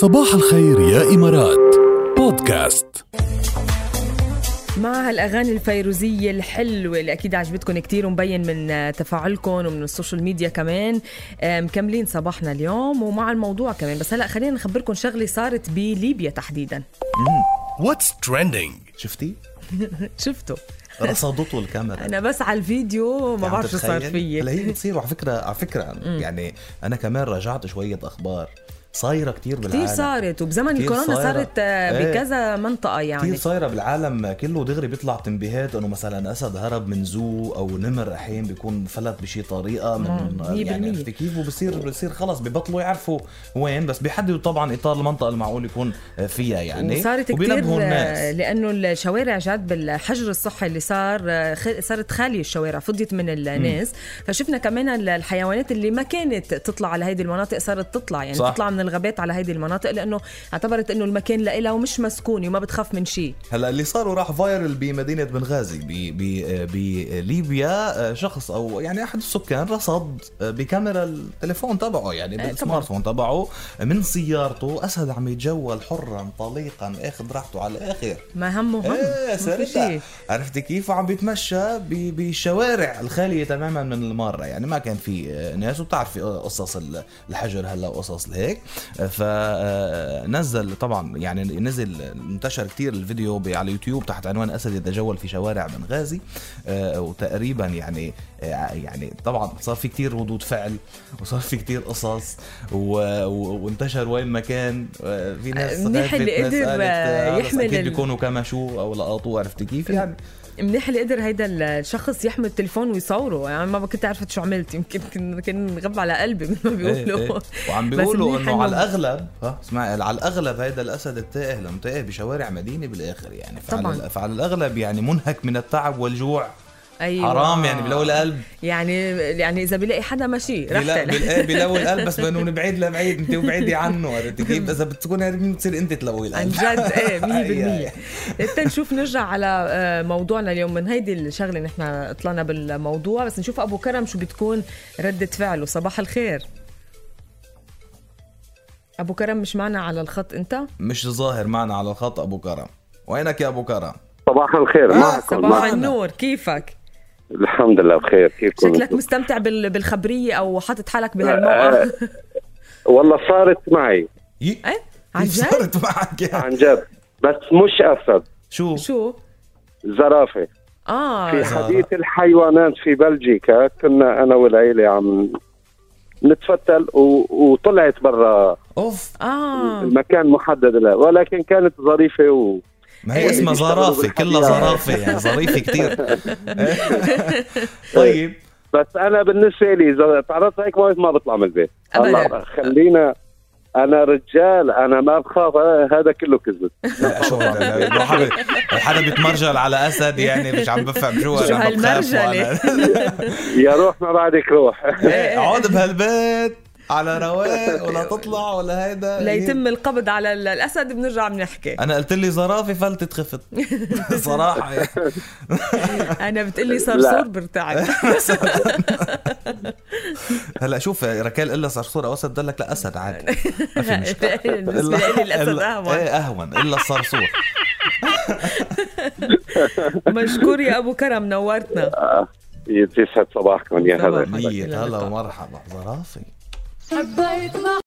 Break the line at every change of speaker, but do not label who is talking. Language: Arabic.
صباح الخير يا إمارات بودكاست
مع هالاغاني الفيروزيه الحلوه اللي اكيد عجبتكم كتير ومبين من تفاعلكم ومن السوشيال ميديا كمان آه، مكملين صباحنا اليوم ومع الموضوع كمان بس هلا خلينا نخبركم شغله صارت بليبيا تحديدا
واتس ترندينج
شفتي؟
شفته
رصدته الكاميرا
انا بس على الفيديو ما
يعني عم
بعرف شو صار
تتخيل؟ هلا
فيي
هي بتصير على فكره على فكره يعني انا كمان راجعت شويه اخبار صايره كتير بالعالم
كثير صارت وبزمن
كتير
الكورونا
صايرة.
صارت آه،
إيه.
بكذا منطقه
كثير
يعني
صايره بالعالم كله دغري بيطلع تنبيهات انه مثلا اسد هرب من زو او نمر احيان بيكون فلت بشي طريقه من
مم، مية
يعني
بالمية.
عرفتي كيف وبصير بصير خلص ببطلوا يعرفوا وين بس بيحددوا طبعا اطار المنطقه المعقول يكون فيها يعني
وصارت كتير
وبينبهوا
آه،
الناس
لانه الشوارع جاد بالحجر الصحي اللي صار آه، خ- صارت خاليه الشوارع فضيت من الناس فشفنا كمان ال- الحيوانات اللي ما كانت تطلع على هيدي المناطق صارت تطلع يعني صح.
صح.
تطلع من الغابات على هيدي المناطق لانه اعتبرت انه المكان لها ومش مسكون وما بتخاف من شيء
هلا اللي صاروا راح فايرل بمدينه بنغازي ب- ب- بليبيا آه، شخص او يعني احد السكان رصد آه، بكاميرا التليفون تبعه يعني
طبعاً.
بالسمارت فون تبعه من سيارته اسد عم يتجول حرا طليقا اخذ راحته على الاخر
ما همه هم
ايه
ما في
سريع
شيء.
عرفتي كيف عم بيتمشى ب- بالشوارع الخاليه تماما من الماره يعني ما كان في آه، ناس وبتعرفي آه، قصص ال- الحجر هلا وقصص هيك فنزل طبعا يعني نزل انتشر كتير الفيديو ب- على يوتيوب تحت عنوان اسد يتجول في شوارع بنغازي آه، وتقريبا يعني آه، يعني طبعا صار في كتير ردود فعل وصار في كتير قصص و- و- وانتشر وين ما كان آه، في ناس
منيح
خافت،
اللي
ناس
قدر،
قالت، آه،
آه،
بس
يحمل
أكيد
ال-
بيكونوا كمشوه او لقطوه عرفتي كيف يعني
منيح اللي قدر هيدا الشخص يحمل التليفون ويصوره يعني ما كنت عرفت شو عملت يمكن كن- كان غب على قلبي مثل ما بيقولوا
إيه، إيه. وعم
بس
بيقولوا
منيح
انه على الاغلب ها اسمعي على الاغلب هيدا الاسد التائه لما تائه بشوارع مدينه بالاخر يعني فعلى,
طبعاً.
فعلى الاغلب يعني منهك من التعب والجوع
أيوة.
حرام يعني بلو القلب
يعني يعني اذا بلاقي حدا ماشي
بلا-
رحت
بلا- بلو القلب بس بانه من بعيد لبعيد انت وبعيدي عنه عرفت كيف اذا بتكون هربين بتصير انت تلوي
عن
القلب
جد ايه
أيوة.
100% تنشوف نرجع على آه، موضوعنا اليوم من هيدي الشغله نحن طلعنا بالموضوع بس نشوف ابو كرم شو بتكون رده فعله صباح الخير ابو كرم مش معنا على الخط انت
مش ظاهر معنا على الخط ابو كرم وينك يا ابو كرم
صباح
آه.
الخير معكم
صباح
معكم.
النور كيفك
الحمد لله بخير كيفكم
شكلك
أنتم؟
مستمتع بال- بالخبريه او حاطط حالك بهالموقع
والله صارت معي
يي-
ايه عن
كيف
جد
صارت معك يا-
عن جد بس مش اسد
شو
شو
زرافه في
اه
حديقه الحيوانات في بلجيكا كنا انا والعيله عم نتفتل و... وطلعت برا
اوف
اه
المكان محدد لها ولكن كانت ظريفه و...
ما هي اسمها
بيشتغلوا
زرافه
بالحديقة.
كلها زرافه يعني ظريفه كتير طيب
بس انا بالنسبه لي اذا تعرضت هيك ما ما بطلع من البيت
أبداً. آه.
الله خلينا انا رجال انا ما بخاف آه، هذا كله كذب
لا شو هذا؟ لا، لو حدا لو حدا بيتمرجل على اسد يعني مش عم بفهم شو
شو
انا بخاف
هالمرجلة؟
وأنا-
يا روح ما بعدك روح
إيه، اقعد بهالبيت على رواق ولا تطلع ولا هيدا
ليتم القبض على ال- الاسد بنرجع بنحكي
انا قلت لي زرافه فلتت خفت صراحه يعني.
انا بتقلي صرصور برتعب
هلا شوف ركال الا صرصور او اسد قال لك لا اسد عادي ما في مشكله
بالنسبه لي الاسد
إلا-
اهون
ايه اهون الا الصرصور
مشكور يا ابو كرم نورتنا
يسعد صباحكم يا
صباح.
هلا
ميت
إلى اللقاء.
هلا ومرحبا زرافه